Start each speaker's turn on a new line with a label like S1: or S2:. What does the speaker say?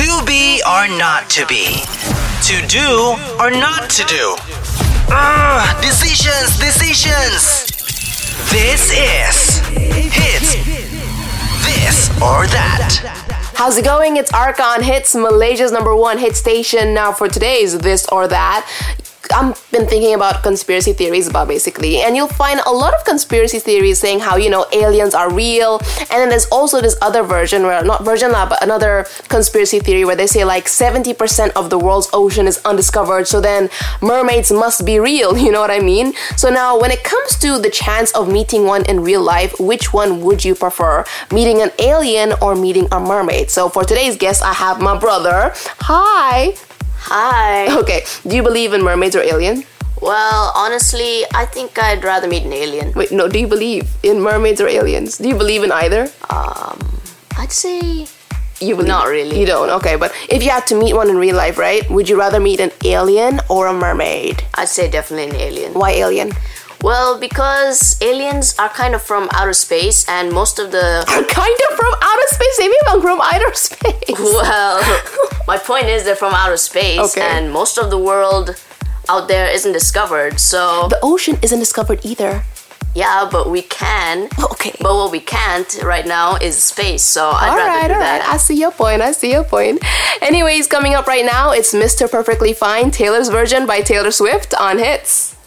S1: To be or not to be. To do or not to do. Ugh, decisions, decisions. This is Hits. This or that.
S2: How's it going? It's Archon Hits, Malaysia's number one hit station. Now, for today's This or That, I've been thinking about conspiracy theories about basically, and you'll find a lot of conspiracy theories saying how, you know, aliens are real. And then there's also this other version, where not version lab, but another conspiracy theory where they say like 70% of the world's ocean is undiscovered, so then mermaids must be real, you know what I mean? So now, when it comes to the chance of meeting one in real life, which one would you prefer? Meeting an alien or meeting a mermaid? So for today's guest, I have my brother. Hi.
S3: Hi.
S2: Okay, do you believe in mermaids or alien?
S3: Well, honestly, I think I'd rather meet an alien.
S2: Wait, no, do you believe in mermaids or aliens? Do you believe in either?
S3: I'd say
S2: You believe?
S3: Not really.
S2: You don't. Okay, but if you had to meet one in real life, right? Would you rather meet an alien or a mermaid?
S3: I'd say definitely an alien.
S2: Why alien?
S3: Well, because aliens are kind of from outer space and most of the
S2: kind of from outer space. Maybe I'm from outer space.
S3: well, my point is they're from outer space
S2: Okay.
S3: and most of the world out there isn't discovered. So,
S2: The ocean isn't discovered either. Oh,
S3: yeah, but we can.
S2: Okay.
S3: But what we can't right now is space. So, I'd
S2: All
S3: rather
S2: right,
S3: do
S2: all
S3: that.
S2: right. I see your point. I see your point. Anyways, coming up right now, it's Mr. Perfectly Fine, Taylor's version by Taylor Swift on Hits.